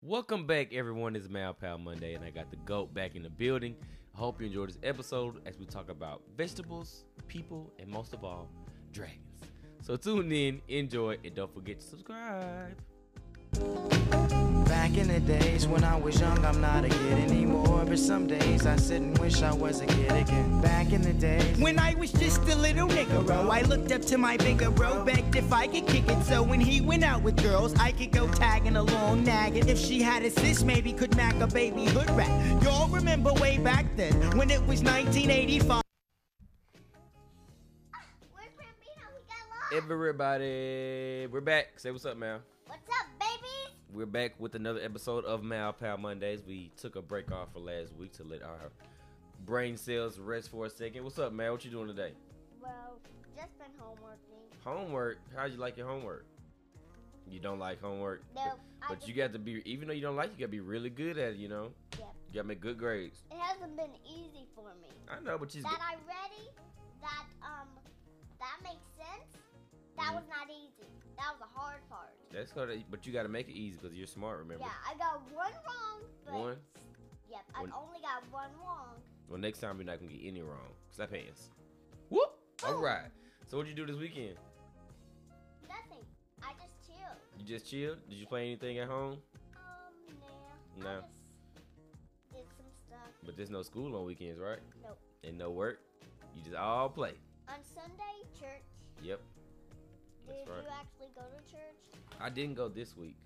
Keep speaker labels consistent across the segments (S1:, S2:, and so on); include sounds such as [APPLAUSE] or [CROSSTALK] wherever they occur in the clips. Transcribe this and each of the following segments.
S1: Welcome back, everyone. It's Mal Pal Monday, and I got the goat back in the building. I hope you enjoyed this episode as we talk about vegetables, people, and most of all, dragons. So tune in, enjoy, and don't forget to subscribe.
S2: Back in the days when I was young, I'm not a kid anymore. But some days I sit and wish I was a kid again. Back in the days
S3: When I was just a little nigga, bro, I looked up to my bigger bro, begged if I could kick it. So when he went out with girls, I could go tagging along, nagging. If she had a sis, maybe could mack a baby hood rat. Y'all remember way back then when it was 1985.
S4: Where's Bambino? He got lost.
S1: Everybody, we're back. Say what's up, Mal.
S4: What's up, babies?
S1: We're back with another episode of Mal Pal Mondays. We took a break off for last week to let our brain cells rest for a second. What's up, Mal? What you doing today?
S4: Well, just been homeworking.
S1: Homework. How'd you like your homework? You don't like homework.
S4: No,
S1: But,
S4: I
S1: but you
S4: just-
S1: got to be, even though you don't like, it, you got to be really good at it. You know,
S4: Yeah.
S1: you got to make good grades.
S4: It hasn't been easy for me.
S1: I know, but she's.
S4: That I ready, that um that makes sense.
S1: Mm-hmm.
S4: That was not easy. That was the hard part.
S1: That's good. But you got to make it easy because you're smart. Remember.
S4: Yeah, I got one wrong, but
S1: One?
S4: Yep,
S1: One-
S4: I only got one wrong.
S1: Well, next time you're not gonna get any wrong. Slap hands. Whoop.
S4: Oh.
S1: All right. So what'd you do this weekend?
S4: Nothing. I just chilled.
S1: You just chilled? Did you play anything at home?
S4: Um, nah.
S1: No.
S4: I just did some stuff.
S1: But there's no school on weekends, right?
S4: Nope.
S1: And no work. You just all play.
S4: On Sunday, church.
S1: Yep.
S4: Did
S1: That's right.
S4: you actually go to church?
S1: I didn't go this week.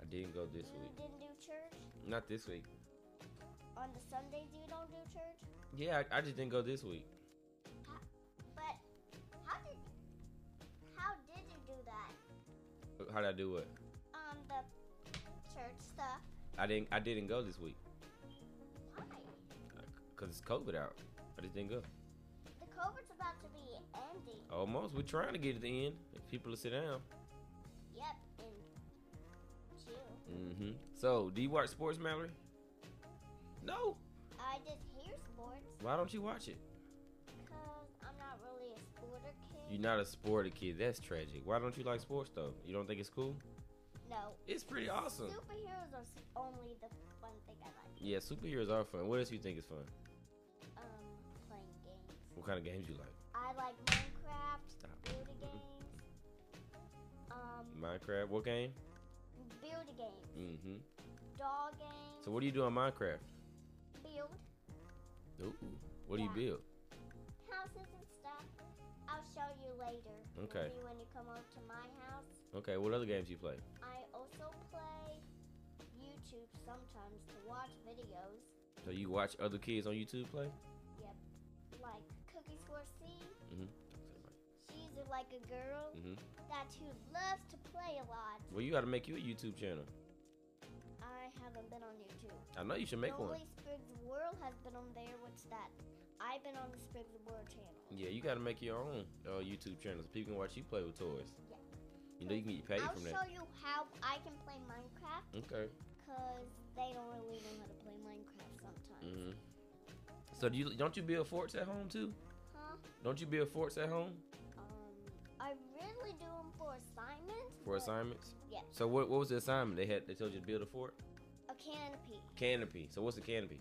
S1: I didn't go this
S4: You
S1: week.
S4: didn't do church?
S1: Not this week.
S4: On the Sundays you don't do church?
S1: Yeah, I, I just didn't go this week.
S4: How, but how did how did you do that?
S1: How'd I do what?
S4: Um the church stuff.
S1: I didn't. I didn't go this week
S4: Why?
S1: because it's COVID out. I just didn't go.
S4: The COVID's about to be ending.
S1: Almost. We're trying to get it in. If people to sit down.
S4: Yep, in June.
S1: hmm So, do you watch sports, Mallory? No.
S4: I just hear sports
S1: Why don't you watch it?
S4: because I'm not really a sporter kid.
S1: You're not a sporty kid. That's tragic. Why don't you like sports though? You don't think it's cool?
S4: no.
S1: It's pretty awesome.
S4: Superheroes are s- only the one thing I like.
S1: Yeah, superheroes are fun. What else you think is fun?
S4: Um, playing games.
S1: What kind of games you like?
S4: I like Minecraft,
S1: Stop.
S4: build a games. Um,
S1: Minecraft. What game?
S4: build a game,
S1: Mm-hmm.
S4: doll game,
S1: So, what do you do on Minecraft?
S4: build
S1: Ooh. What do you
S4: Yeah.
S1: build?
S4: houses and stuff. I'll show you later.
S1: Okay.
S4: Maybe when you come over to my house.
S1: Okay. What other games you play?
S4: I also play YouTube sometimes to watch videos.
S1: So you watch other kids on YouTube play?
S4: Yep. Like Cookie Score C.
S1: Mm-hmm.
S4: She's a- like a girl
S1: Mm-hmm.
S4: that who loves to play a lot.
S1: Well, you got to make you a YouTube channel.
S4: I haven't been on YouTube.
S1: I know you should make one.
S4: Only Sprigs World has been on there. What's that? I've been on the Sprigs World channel.
S1: Yeah, you got to make your own uh, YouTube channel so people can watch you play with toys.
S4: Yeah.
S1: You know you can get paid
S4: I'll
S1: from
S4: show
S1: that.
S4: you how I can play Minecraft
S1: Okay.
S4: because they don't really know how to play Minecraft sometimes.
S1: hmm So do you don't you build forts at home too?
S4: Huh?
S1: Don't you build forts at home
S4: Um, I really do them for assignments.
S1: for
S4: but-
S1: assignments?
S4: Yeah,
S1: So what, what was the assignment they had? They told you to build a fort
S4: a canopy.
S1: canopy. So what's a canopy?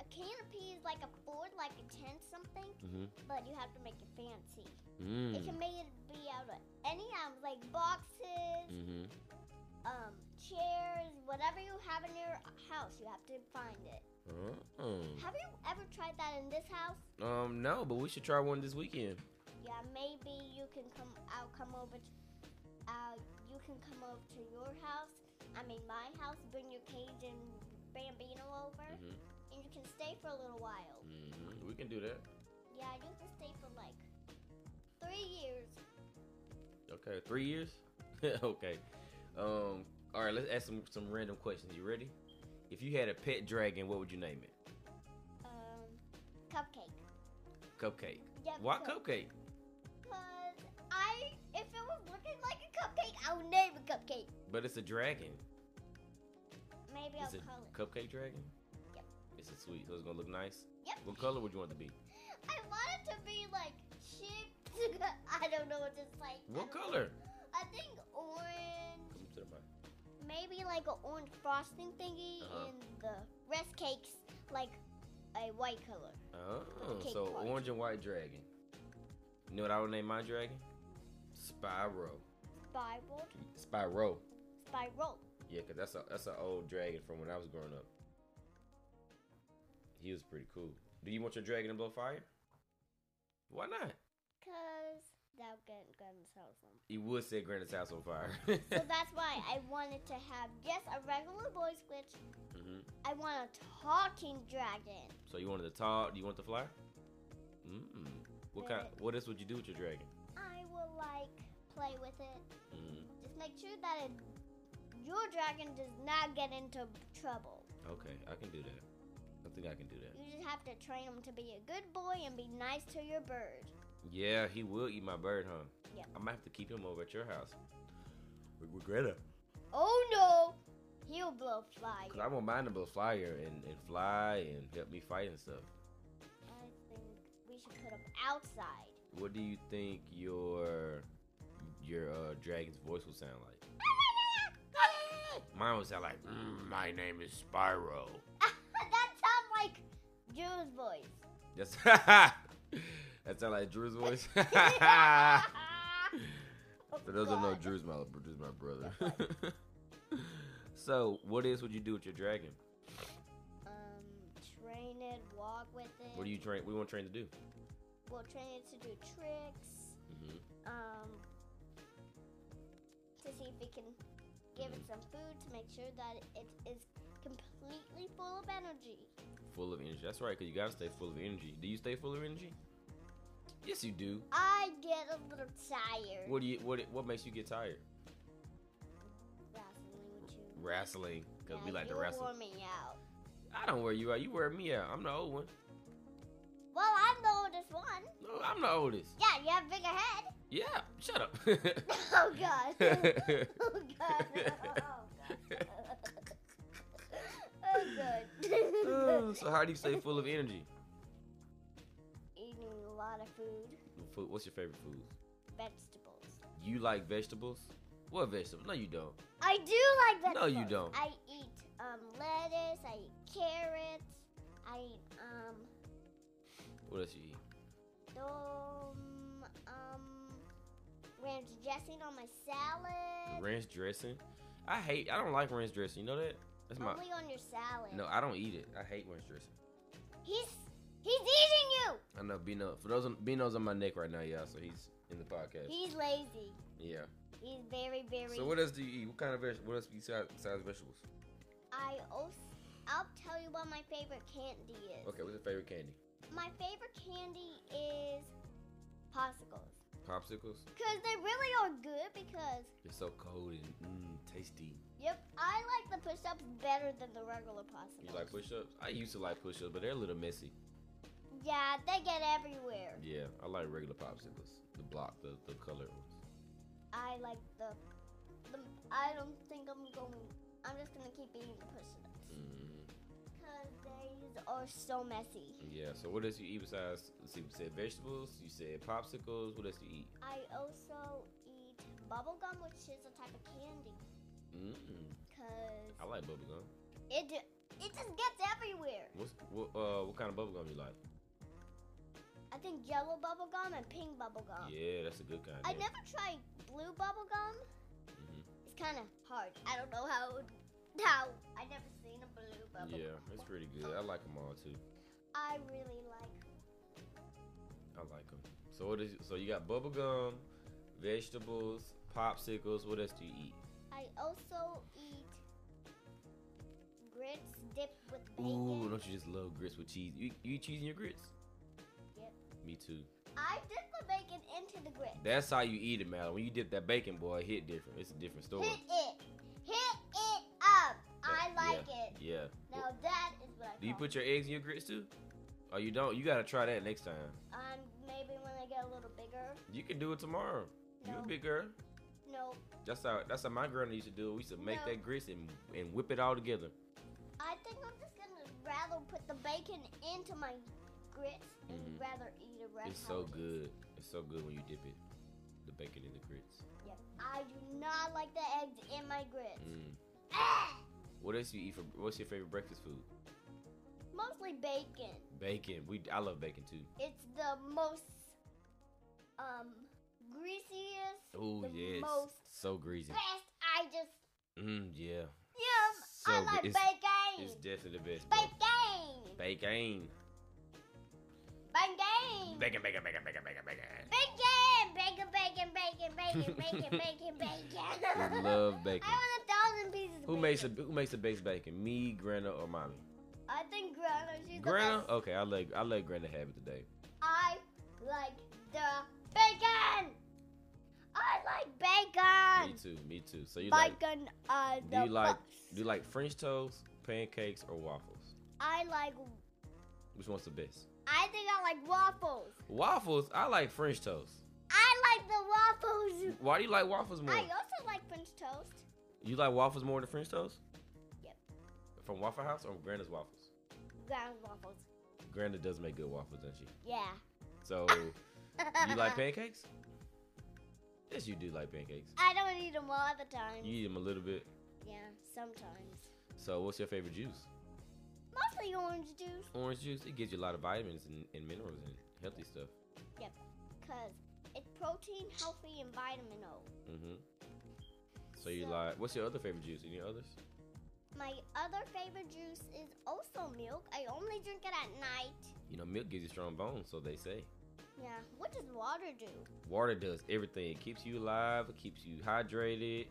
S4: A canopy is like a board, like a tent, something,
S1: Mm-hmm.
S4: but you have to make it fancy. It
S1: Mm.
S4: can make it be out of any items, like boxes,
S1: Mm-hmm.
S4: um, chairs, whatever you have in your house. You have to find it.
S1: Oh.
S4: Have you ever tried that in this house?
S1: Um, no, but we should try one this weekend.
S4: Yeah, maybe you can come. I'll come over. To, uh, you can come over to your house. I mean, my house. Bring your cage and Bambino over,
S1: Mhm.
S4: and you can stay for a little while.
S1: hmm We can do that.
S4: Yeah, you can stay for like three years.
S1: Okay, three years. [LAUGHS] okay. Um. All right. Let's ask some some random questions. You ready? If you had a pet dragon, what would you name it?
S4: Um, cupcake.
S1: Cupcake.
S4: Yep,
S1: Why
S4: Cup-
S1: cupcake?
S4: Cause I, if it was looking like a cupcake, I would name a cupcake.
S1: But it's a dragon.
S4: Maybe
S1: It's
S4: I'll
S1: a
S4: call it.
S1: cupcake dragon.
S4: Yep.
S1: It's a sweet. So it's gonna look nice.
S4: Yep.
S1: What color would you want it to be?
S4: I want it to be like [LAUGHS] chipped. I don't know what it's like. I
S1: What
S4: don't know.
S1: color?
S4: I think orange.
S1: Come to the mic.
S4: maybe like an orange frosting thingy
S1: Uh-huh.
S4: and the rest cakes like a white color.
S1: Oh,
S4: Cake
S1: so
S4: part.
S1: orange and white dragon. You know what I would name my dragon? Spyro.
S4: Spiral,
S1: Spyro.
S4: spiral.
S1: Yeah, cause that's a that's an old dragon from when I was growing up. He was pretty cool. Do you want your dragon to blow fire? Why not?
S4: Cause that gun gun sells them.
S1: He would set Granite's house on fire. [LAUGHS] Mm-hmm.
S4: So that's why I wanted to have just a regular boy switch.
S1: hmm
S4: I want a talking dragon.
S1: So you wanted the tall? Do you want the fly? Mm. What kind? What else would you do with your dragon?
S4: I will like play with it.
S1: Mm.
S4: Just make sure that it, your dragon does not get into trouble.
S1: Okay, I can do that. I think I can do that.
S4: You just have to train him to be a good boy and be nice to your bird.
S1: Yeah, he will eat my bird, huh?
S4: Yeah.
S1: I might have to keep him over at your house. With, with Greta.
S4: Oh no! He'll blow fire.
S1: Cause I want mine to blow fire and, and fly and help me fight and stuff.
S4: I think we should put him outside.
S1: What do you think your your uh, dragon's voice will sound like? Mine would sound like, "Mm, "My name is Spyro."
S4: [LAUGHS] that sounds like Drew's
S1: [LAUGHS]
S4: voice. [LAUGHS]
S1: That's that sound like Drew's voice. [LAUGHS] For those who don't know,
S4: God.
S1: Drew's my Drew's my brother. [LAUGHS] so, what is would you do with your dragon?
S4: Um, train it, walk with it.
S1: What do you train? We want train to do?
S4: We'll train it to do tricks.
S1: Mhm.
S4: Um, to see if we can give it some food to make sure that it is completely full of energy.
S1: Full of energy. That's right, cause you gotta stay full of energy. Do you stay full of energy? Yes, you do.
S4: I get a little tired.
S1: What do you what What makes you get tired?
S4: Wrestling with you.
S1: Wrestling, cause we
S4: Yeah,
S1: like to
S4: you
S1: wrestle.
S4: wore me out.
S1: I don't wear you out. You wear me out. I'm the old one.
S4: Well, I'm the oldest one.
S1: No, I'm the oldest.
S4: Yeah, you have a bigger head. [LAUGHS]
S1: Yeah, shut up.
S4: Oh god. oh god. Oh god. Oh
S1: [LAUGHS] Oh,
S4: god. [LAUGHS]
S1: so how do you stay full of energy?
S4: Eating a lot of food,
S1: Food. What's your favorite food?
S4: vegetables.
S1: You like vegetables? What vegetables? No, you don't.
S4: I do like
S1: No,
S4: vegetables.
S1: you don't.
S4: I eat um lettuce. I eat carrots. I eat um
S1: What else you eat?
S4: um um ranch dressing on my salad.
S1: Ranch dressing. I hate. I don't like ranch dressing. You know that? That's my.
S4: Only on your salad.
S1: No, I don't eat it. I hate ranch dressing.
S4: He's he's eating you.
S1: I know Bino. For those, on- Bino's on my neck right now, y'all. So he's in the podcast.
S4: He's lazy.
S1: Yeah.
S4: He's very very.
S1: So what else do you eat? What kind of veg? What else besides besides vegetables?
S4: I also, I'll tell you what my favorite candy is.
S1: Okay, what's your favorite candy?
S4: My favorite candy is popsicles.
S1: Popsicles.
S4: Because they really are good because,
S1: They're so cold and mm, tasty.
S4: yep, I like the push-ups better than the regular
S1: You
S4: popsicles.
S1: like push-ups? I used to like push-ups, but they're a little messy.
S4: yeah, they get everywhere.
S1: Yeah, I like regular popsicles. The block, the the colored ones.
S4: I like the, the, I don't think I'm going, I'm just going to keep eating the push-ups.
S1: Mm,
S4: Because they are so messy.
S1: yeah. So what else you eat besides? Let's see, you said vegetables. You said popsicles. What else you eat?
S4: I also eat bubblegum, which is a type of candy.
S1: Mm,
S4: Because...
S1: I like bubble gum.
S4: It ju- it just gets everywhere.
S1: What's what? Uh, what kind of bubble gum you like?
S4: I think yellow bubble gum and pink bubble gum.
S1: Yeah, that's a good kind.
S4: Oh. I
S1: yeah.
S4: never tried blue bubble gum.
S1: Mhm.
S4: It's kind of hard. I don't know how how I never seen a blue bubble.
S1: Yeah,
S4: gum.
S1: it's pretty good. I like them all too.
S4: I really like.
S1: I like them. So what is? So you got bubble gum, vegetables, popsicles. What else do you eat?
S4: I also eat grits dipped with bacon.
S1: Ooh, don't you just love grits with cheese? You, you eat cheese in your grits?
S4: Yep.
S1: Me too.
S4: I dip the bacon into the grits.
S1: That's how you eat it, man. When you dip that bacon, boy, it hit different. It's a different story.
S4: Hit it, hit it up. I
S1: Uh,
S4: like
S1: yeah,
S4: it.
S1: Yeah.
S4: Now that is what I.
S1: Do you
S4: call
S1: put your eggs in your grits too? Oh, you don't. You gotta try that next time.
S4: it. Um, maybe when I get a little bigger.
S1: You can do it tomorrow. You
S4: No.
S1: a big girl.
S4: No,
S1: That's how. That's how my grandma used to do it. We used to make
S4: No.
S1: that grits and and whip it all together.
S4: I think I'm just gonna rather put the bacon into my grits and
S1: Mhm.
S4: rather eat it right
S1: It's so
S4: how it is.
S1: good. It's so good when you dip it, the bacon in the grits.
S4: Yep. I do not like the eggs in my grits. Eh,
S1: Mm. What else you eat for? What's your favorite breakfast food?
S4: Mostly bacon.
S1: Bacon. We I love bacon too.
S4: It's the most um greasiest.
S1: Oh
S4: the
S1: yes,
S4: Most
S1: so greasy.
S4: best. I just
S1: Mm, yeah,
S4: yum.
S1: So
S4: I
S1: good.
S4: like
S1: It's-
S4: bacon.
S1: it's definitely the best. bro.
S4: bacon.
S1: Bacon.
S4: Bacon.
S1: Bacon, bacon, bacon, bacon, bacon, bacon.
S4: Bacon, bacon, bacon, bacon, bacon, bacon, bacon, bacon.
S1: [LAUGHS] We love bacon.
S4: I want a thousand pieces.
S1: Who
S4: of
S1: makes a,
S4: bacon.
S1: who makes the best bacon? Me, Grandma, or Mommy?
S4: I think Grandma. She's
S1: Grandma.
S4: the best.
S1: Okay, I let I let Grandma have it today.
S4: I like the bacon. I like bacon.
S1: Me too. Me too. So you like?
S4: bacon on
S1: Do
S4: the
S1: you like?
S4: bus.
S1: Do you like French toast, pancakes, or waffles?
S4: I like.
S1: Which one's the best?
S4: I think I like waffles.
S1: Waffles. I like French toast.
S4: I like the waffles.
S1: Why do you like waffles more?
S4: I also like French toast.
S1: You like waffles more than French toast?
S4: Yep.
S1: From Waffle House or Grandma's waffles?
S4: Ground waffles.
S1: Grandma does make good waffles, doesn't she?
S4: Yeah.
S1: So you
S4: [LAUGHS]
S1: [LAUGHS] like pancakes? Yes, you do like pancakes.
S4: I don't eat them all the time.
S1: You eat them a little bit.
S4: yeah, sometimes.
S1: So what's your favorite juice?
S4: Mostly orange juice,
S1: Orange juice. It gives you a lot of vitamins and, and minerals and healthy stuff.
S4: because it's protein, healthy, and vitamin O.
S1: hmm So you
S4: So-
S1: like? What's your other favorite juice? Any others?
S4: My other favorite juice is also milk. I only drink it at night.
S1: You know, milk gives you strong bones, so they say.
S4: Yeah. What does water do?
S1: Water does everything. It keeps you alive. It keeps you hydrated.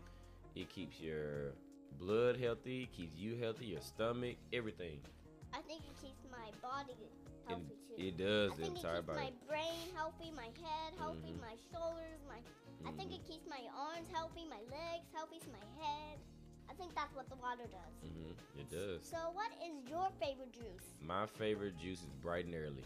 S1: It keeps your blood healthy. It keeps you healthy. Your stomach, everything.
S4: I think it keeps my body
S1: It,
S4: healthy too.
S1: it does.
S4: I
S1: The
S4: think it
S1: entire
S4: keeps
S1: body.
S4: my brain healthy, my head healthy,
S1: Mhm.
S4: my shoulders, my. I think
S1: Mhm.
S4: it keeps my arms healthy, my legs healthy, my head. I think that's what the water does.
S1: hmm It does.
S4: So, what is your favorite juice?
S1: My favorite juice is bright and early.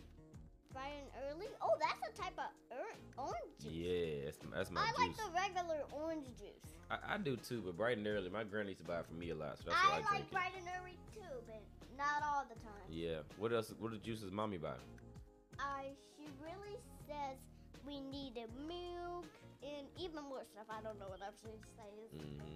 S4: Bright and early? Oh, that's a type of er- orange juice.
S1: Yeah, that's, that's my
S4: I like
S1: juice.
S4: the regular orange juice.
S1: I, I do too, but bright and early. My grandma used to buy it for me a lot, so that's why I,
S4: I
S1: drink
S4: like
S1: it.
S4: bright and early too, but not all the time.
S1: Yeah. What else? What the juices mommy buy?
S4: I she really says we needed milk and even more stuff. I don't know what else she says.
S1: Mm-hmm.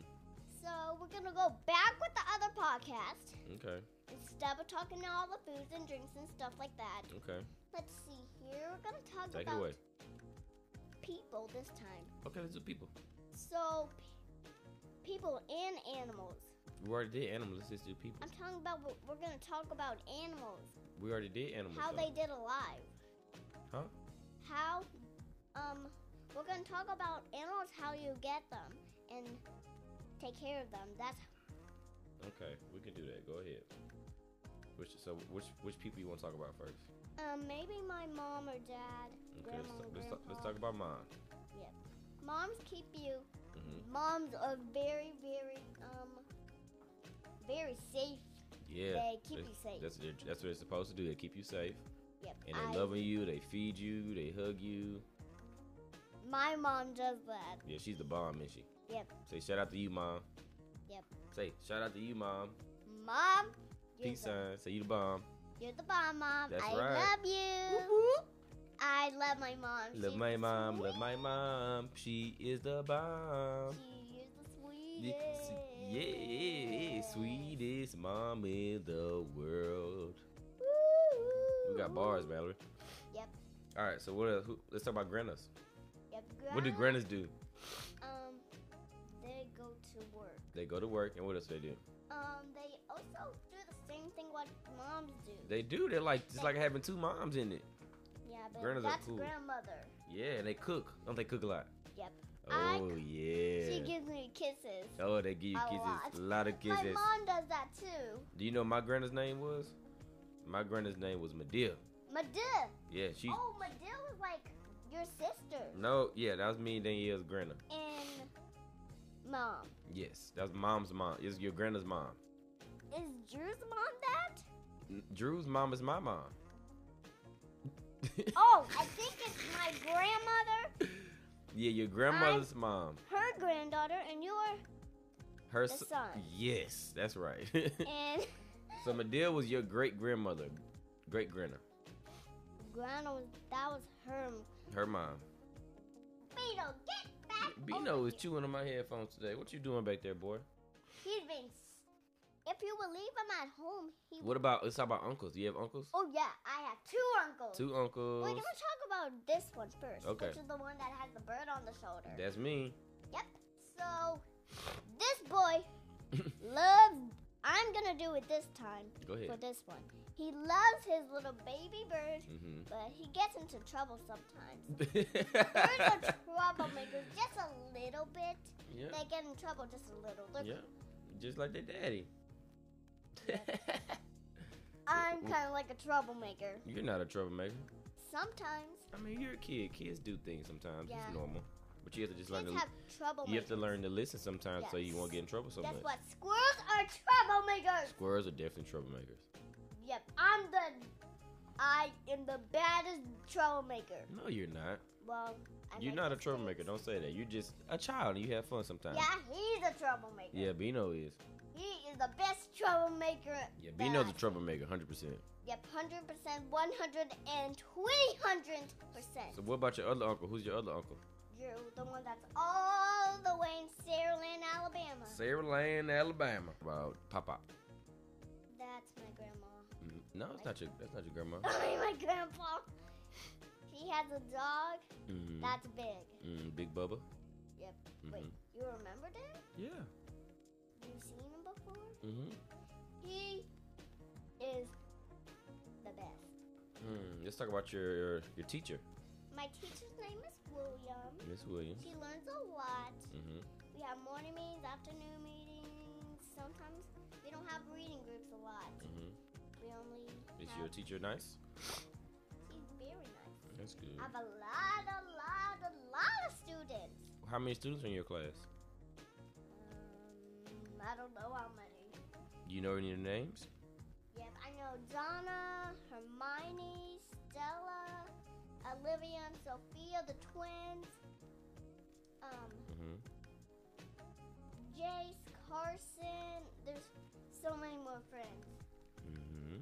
S4: So we're gonna go back with the other podcast
S1: Okay.
S4: instead of talking to all the foods and drinks and stuff like that.
S1: Okay.
S4: Let's see here. We're gonna talk
S1: Take it
S4: about
S1: away.
S4: people this time.
S1: Okay, let's do people.
S4: So pe- people and animals.
S1: We already did animals. Let's just do people.
S4: I'm talking about what- we're gonna talk about animals,
S1: We already did animals.
S4: how
S1: though.
S4: they did alive.
S1: Huh?
S4: how um we're gonna talk about animals how you get them and take care of them that's
S1: Okay, we can do that. Go ahead. Which so which which people you want to talk about first?
S4: um maybe my mom or dad
S1: Okay, let's,
S4: grandma
S1: talk,
S4: and
S1: let's, talk, let's
S4: grandpa.
S1: talk about mine.
S4: moms keep you
S1: hmm
S4: moms are very very um very safe
S1: Yeah,
S4: They keep
S1: that's-
S4: you safe.
S1: That's their- that's what they're supposed to do. They keep you safe,
S4: yep
S1: and they
S4: I-
S1: loving you. They feed you. They hug you.
S4: my mom does that
S1: Yeah, she's the bomb, isn't she?
S4: Yep.
S1: Say shout out to you, mom.
S4: Yep.
S1: Say shout out to you, mom.
S4: mom you're
S1: Peace
S4: the,
S1: sign. Say you the bomb.
S4: you're the bomb mom
S1: That's
S4: i
S1: right.
S4: love you i love my mom
S1: Love
S4: She's
S1: my
S4: the
S1: mom.
S4: sweet-
S1: Love my mom. She is the bomb.
S4: she is the
S1: Yeah,
S4: sweetest
S1: yeah, sweetest mom in the world. We got bars, Valerie.
S4: Yep.
S1: All right, so what? Else, who, let's talk about grannas.
S4: Yep,
S1: What do
S4: grandma-
S1: grannas do?
S4: Um, they go to work.
S1: They go to work, and what else they do?
S4: Um, they also do the same thing what moms do.
S1: They do. They're like just like having two moms in it.
S4: yeah, but
S1: Grandmas are
S4: that's
S1: cool.
S4: grandmother.
S1: Yeah, and they cook. Don't they cook a lot?
S4: Yep. I
S1: Oh
S4: c-
S1: yeah.
S4: She gives me kisses.
S1: Oh, they give you
S4: a
S1: kisses.
S4: lot.
S1: A lot of
S4: My
S1: kisses.
S4: mom does that too.
S1: Do you know what my grandma's name was? My grandma's name was Medea.
S4: Madil.
S1: Yeah, she.
S4: Oh, Madil was like your sister
S1: No, yeah, that was me and Danielle's grandma.
S4: and mom.
S1: Yes, that was mom's mom. It's your grandma's mom.
S4: Is Drew's mom that?
S1: Drew's mom is my mom.
S4: Oh, I think it's my grandmother,
S1: [LAUGHS] yeah, your grandmother's mom.
S4: her granddaughter, and your
S1: Her
S4: The
S1: s-
S4: son.
S1: Yes, that's right. [LAUGHS]
S4: and
S1: so Medea was your great grandmother, great grandma,
S4: grandma. Was, that was her
S1: her mom.
S4: Beetle, get back.
S1: Bino
S4: over
S1: is
S4: here.
S1: chewing on my headphones today. What you doing back there, boy?
S4: He's being If you would leave him at home, he.
S1: What about let's talk about uncles? Do you have uncles?
S4: Oh yeah, I have two uncles.
S1: Two
S4: We're
S1: uncles.
S4: gonna talk about this one first,
S1: Okay.
S4: which is the one that has the bird on the shoulder.
S1: That's me.
S4: Yep. So this
S1: [LAUGHS]
S4: boy loves. I'm gonna do it this time
S1: Go
S4: for
S1: ahead.
S4: this one. He loves his little baby bird,
S1: Mhm.
S4: but he gets into trouble sometimes.
S1: [LAUGHS]
S4: Birds are
S1: yeah.
S4: troublemakers, just a little bit. They get in trouble just a little. Look,
S1: Yeah. Just like their daddy.
S4: I'm kind of like a troublemaker
S1: [LAUGHS] you're not a troublemaker.
S4: sometimes.
S1: I mean, you're a kid. Kids do things sometimes.
S4: Yeah.
S1: It's normal. But you have to just learn
S4: Kids
S1: to
S4: have trouble.
S1: you have to learn to listen sometimes so you
S4: Yes.
S1: won't get in trouble so
S4: Guess
S1: much.
S4: what? Squirrels are troublemakers.
S1: Squirrels are definitely troublemakers.
S4: Yep, I'm the. I am the baddest troublemaker.
S1: No, you're not.
S4: Well, I
S1: You're
S4: make
S1: not a
S4: mistakes.
S1: troublemaker. Don't say that. You're just a child and you have fun sometimes.
S4: Yeah, he's a troublemaker.
S1: Yeah, Bino is.
S4: He is the best troublemaker.
S1: Yeah,
S4: that
S1: Bino's
S4: I-
S1: a troublemaker, hundred percent.
S4: Yep, 100%, 100, and 300%.
S1: So what about your other uncle? Who's your other uncle?
S4: You're the one that's all the way in Saraland, Alabama.
S1: Sarah Lane, Alabama. About Papa.
S4: That's my grandma. [LAUGHS]
S1: Mm, No, it's not your. That's not your grandma.
S4: I'm my grandpa. He has a dog
S1: Mm,
S4: that's big.
S1: mm, Big Bubba.
S4: Yep. Wait,
S1: Mhm.
S4: you remember that?
S1: Yeah.
S4: You've seen him before?
S1: Mm-hmm.
S4: He is the best.
S1: Mm, let's talk about your your, your teacher,
S4: My teacher's name is William.
S1: Miss Williams.
S4: She learns a lot.
S1: Mm-hmm.
S4: We have morning meetings, afternoon meetings. Sometimes we don't have reading groups a lot.
S1: Mm-hmm.
S4: We only
S1: Is
S4: have,
S1: your teacher nice?
S4: she's very nice.
S1: That's good.
S4: I have a lot, a lot, a lot of students.
S1: How many students are in your class?
S4: Um, I don't know how many.
S1: Do you know any of their names?
S4: Yep, I know Donna, Hermione, Stella, Olivia, and Sophia, the twins. Um,
S1: Mm-hmm.
S4: Jace, Carson. There's so many more friends.
S1: Mm-hmm.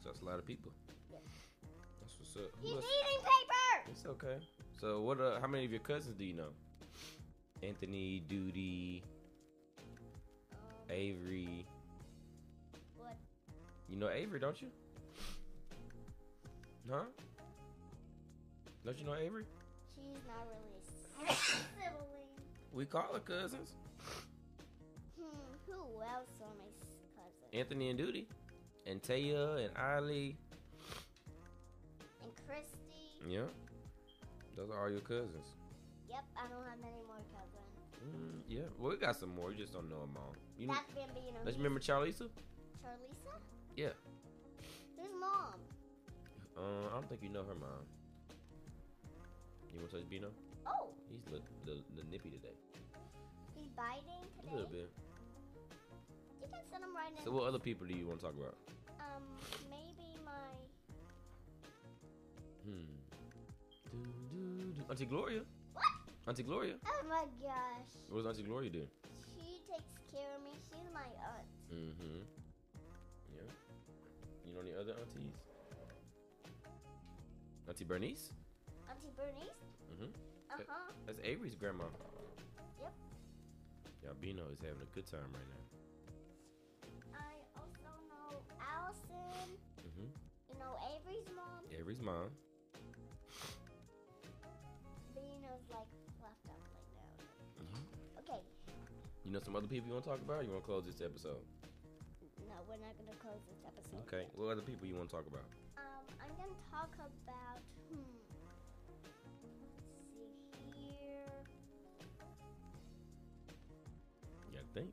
S1: So that's a lot of people.
S4: Yeah.
S1: That's what's up. Who
S4: He's
S1: else?
S4: eating paper.
S1: It's okay. So what? Uh, how many of your cousins do you know? Anthony, Duty,
S4: Um,
S1: Avery.
S4: What?
S1: You know Avery, don't you? Huh? Don't you know Avery?
S4: She's not really a sibling.
S1: We call her cousins.
S4: Hmm, who else are my s- cousins?
S1: Anthony and Duty, and Taya and Ali.
S4: And Christy.
S1: Yeah, those are all your cousins.
S4: Yep, I don't have any more cousins.
S1: Mm, yeah, well, we got some more. You just don't know them all. You know,
S4: That's Bambino.
S1: let's remember Charlisa.
S4: Charlisa?
S1: Yeah,
S4: Who's mom?
S1: uh, I don't think you know her mom. You want to touch Bino?
S4: Oh,
S1: He's the, the the nippy today.
S4: he's biting today.
S1: A little bit.
S4: You can send him right in.
S1: So, what other people do you want to talk about?
S4: um, maybe my.
S1: Hmm. Do, do, do. Auntie Gloria.
S4: What?
S1: Auntie Gloria.
S4: Oh my gosh.
S1: What does Auntie Gloria do?
S4: She takes care of me. She's my aunt.
S1: Mm-hmm. Yeah. You know any other aunties? Auntie Bernice?
S4: Auntie Bernice?
S1: Mhm.
S4: Uh huh.
S1: That's Avery's grandma.
S4: Yep.
S1: Y'all Bino is having a good time right now.
S4: I also know Allison.
S1: Mm-hmm.
S4: You know Avery's mom.
S1: Avery's mom.
S4: Vino's like left up right now.
S1: Mm-hmm.
S4: Okay,
S1: You know some other people you want to talk about? Or you want to close this episode?
S4: no, we're not gonna close this episode.
S1: Okay. What other people you want to talk about?
S4: Um, I'm gonna talk about. Hmm. Let's see here.
S1: Yeah, I think.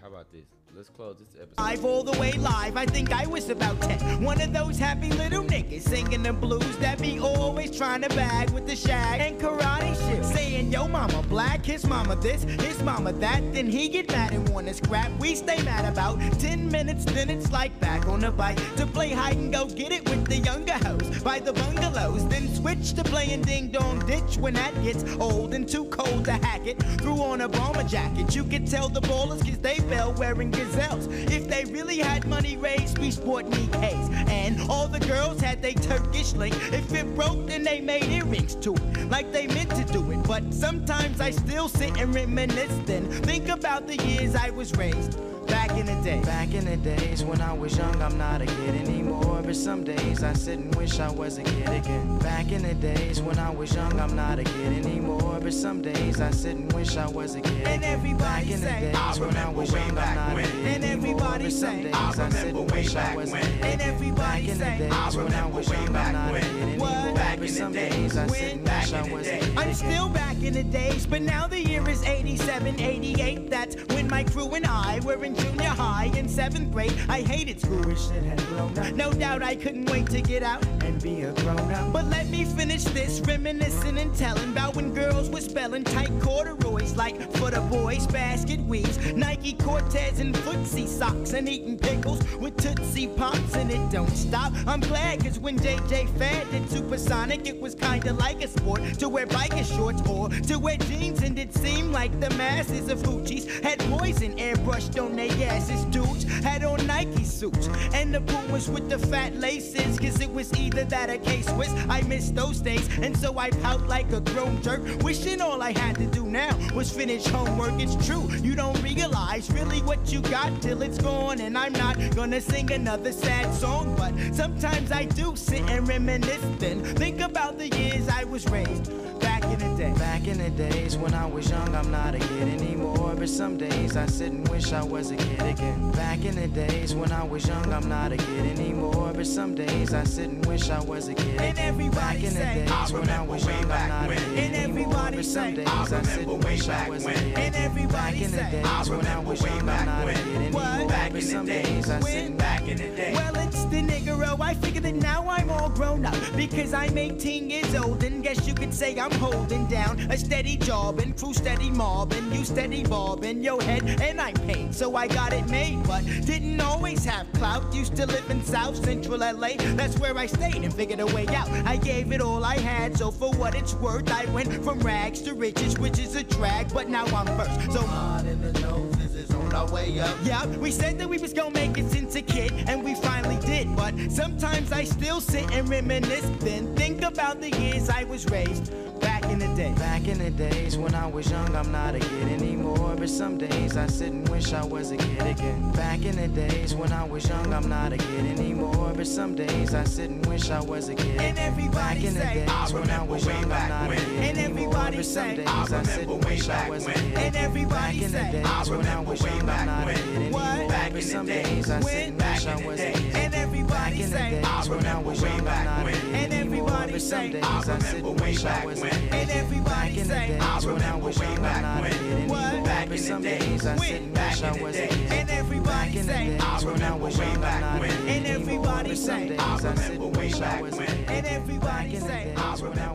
S1: How about this? Let's close this episode.
S3: Live all the way live, I think I was about 10. One of those happy little niggas singing the blues that be always trying to bag with the shag and karate shit. Saying, yo, mama black, his mama this, his mama that. Then he get mad and wanna scrap. We stay mad about 10 minutes, then it's like back on the bike to play hide and go get it with the younger hoes by the bungalows. Then switch to playing ding dong ditch when that gets old and too cold to hack it. Threw on a bomber jacket, you could tell the ballers cause they fell wearing gazelles. If they really had money raised, we sport Nikes. And all the girls had they Turkish link. If it broke, then they made earrings to it, like they meant to do it. But sometimes I still sit and reminisce then. Think about the years I was raised back in the day.
S2: Back in the days when I was young, I'm not a kid anymore. But some days I sit and wish I was a kid again. Back in the days when I was young, I'm not a kid anymore. But some days I sit and wish I was a kid.
S3: And
S2: again.
S3: everybody
S2: back in
S3: say,
S2: the
S3: "I
S2: days when I
S5: remember
S2: was
S5: way
S2: young, I'm
S5: back
S2: not a
S5: when."
S2: kid
S3: And
S2: anymore,
S3: everybody
S2: but some
S3: say,
S2: days
S3: "I
S2: I sit and
S5: remember way
S2: wish I
S5: back
S2: was a
S5: when."
S2: kid.
S3: And
S2: again.
S3: everybody
S2: back in the
S3: say,
S2: days
S3: "I
S2: when I
S5: remember
S2: was
S5: way
S2: young,
S5: back
S2: I'm not
S5: when."
S2: a kid
S3: What?
S2: anymore.
S3: Back
S2: but
S5: in the
S2: some
S5: days
S2: days I
S3: when-
S2: sit and
S5: back
S2: wish
S5: in
S2: I
S5: the
S2: was a
S5: day.
S2: kid.
S3: I'm
S2: again.
S3: still back in the days, but now the year is 87, 88. That's when my crew and I were in junior high in seventh grade. I hated school.
S2: Wish it had grown up
S3: No doubt I couldn't wait to get out.
S2: and be a grown up.
S3: But let me finish this reminiscing and telling about when girls were spelling tight corduroys like for the boys basket weaves, Nike Cortez and footsie socks and eating pickles with Tootsie Pops and it don't stop. I'm glad cause when JJ Fad did Supersonic it was kinda like a sport to wear biker shorts or to wear jeans and it seemed like the masses of hoochies had poison airbrushed on their asses. Dudes had on Nike suits and the boomers with the fat laces cause it was either that or K-Swiss. I miss those days and so I pout like a grown jerk wishing all I had to do now was finish homework. It's true, you don't realize really what you got till it's gone and I'm not gonna sing another sad song but sometimes I do sit and reminisce and think about the years I was raised back in the day.
S2: Back in the days when I was young, I'm not a kid anymore. But some days I sit and wish I was a kid again. Back in the days when I was young, I'm not a kid anymore. But some days I sit and wish I was a kid.
S3: And
S2: again.
S3: everybody
S2: back in the
S3: say,
S2: days
S5: "I
S2: when I was
S5: remember way
S2: young,
S5: back
S2: I'm not a
S5: when."
S2: kid
S3: And
S2: anymore.
S3: everybody
S2: But some
S3: say,
S2: days I, sit
S5: "I
S2: and wish I
S5: remember
S2: was
S5: way
S2: a kid.
S5: back
S3: when." And
S2: again.
S3: everybody
S2: back in the
S3: say,
S2: days
S5: "I
S2: when I
S5: remember
S2: was
S5: way
S2: young, I'm
S5: back
S2: not a
S5: when."
S2: kid anymore.
S3: What?
S5: Back
S2: But
S5: in the
S2: some
S5: days
S2: days I sit
S3: when-
S2: and
S5: Back in the day.
S3: Well, it's the niggero. I figure that now I'm all grown up because I'm 18 years old and guess you could say I'm holding down a steady job and crew steady mob and you steady bob in your head and I'm paid. So I got it made, but didn't always have clout. Used to live in South Central LA. That's where I stayed and figured a way out. I gave it all I had, so for what it's worth, I went from rags to riches, which is a drag, but now I'm first. So yeah, we said that we was gonna make it since a kid, and we finally did. But sometimes I still sit and reminisce, then think about the years I was raised back in the day.
S2: Back in the days when I was young, I'm not a kid anymore. But some days I sit and wish I was a kid again. Back in the days when I was young, I'm not a kid anymore. But some days I sit and wish I was a kid.
S3: And
S2: again. Back
S3: everybody
S2: in the
S3: say,
S2: days when I was
S5: "I remember way
S2: young,
S5: back
S2: I'm not a
S5: when."
S2: kid
S3: And
S2: anymore.
S3: everybody
S2: But some
S3: say,
S2: days
S5: "I
S2: I sit
S5: remember
S2: and
S5: way
S2: wish I
S5: back
S2: was a
S5: when."
S2: kid.
S3: And
S2: Back
S3: everybody
S2: in the
S3: say,
S2: days when I was
S5: "I
S2: young,
S5: remember
S2: I'm not a
S5: way
S2: kid
S5: back when."
S2: anymore.
S3: What?
S5: Back
S2: But
S5: in the
S2: some
S5: days
S2: days I sit and
S3: when-
S2: wish I
S5: back in
S2: was
S5: the
S2: a
S5: days.
S2: kid.
S3: And
S2: Back
S3: everybody
S2: in the
S3: say,
S2: days when I was
S5: "I
S2: young, I'm not
S5: remember
S2: a
S5: way back
S2: kid
S5: when."
S3: And
S2: anymore.
S3: everybody
S2: But
S3: say,
S2: some days I sit and
S5: "I
S2: wish I
S5: remember
S2: was a
S5: way
S2: kid.
S5: back
S3: and
S2: Back
S3: everybody
S2: in the
S3: say,
S2: days when I
S5: remember
S2: was
S5: way
S2: young, I'm
S5: back
S2: not a
S5: when.
S2: kid anymore.
S3: What?
S2: Back in the days I
S3: when-
S2: sit and wish I
S5: back in
S2: was
S5: the
S2: a
S5: days.
S2: kid.
S3: and
S2: Back
S3: everybody
S2: in the
S3: say,
S2: days when I was
S5: way
S2: young, I'm
S5: back
S2: not a
S5: when.
S2: kid
S3: And
S2: anymore.
S3: everybody
S2: But some
S3: say,
S2: days I sit and
S5: remember way
S2: wish I
S5: back
S2: was a
S5: when.
S2: kid.
S3: and
S2: Back
S3: everybody
S2: in the
S3: say,
S2: days when I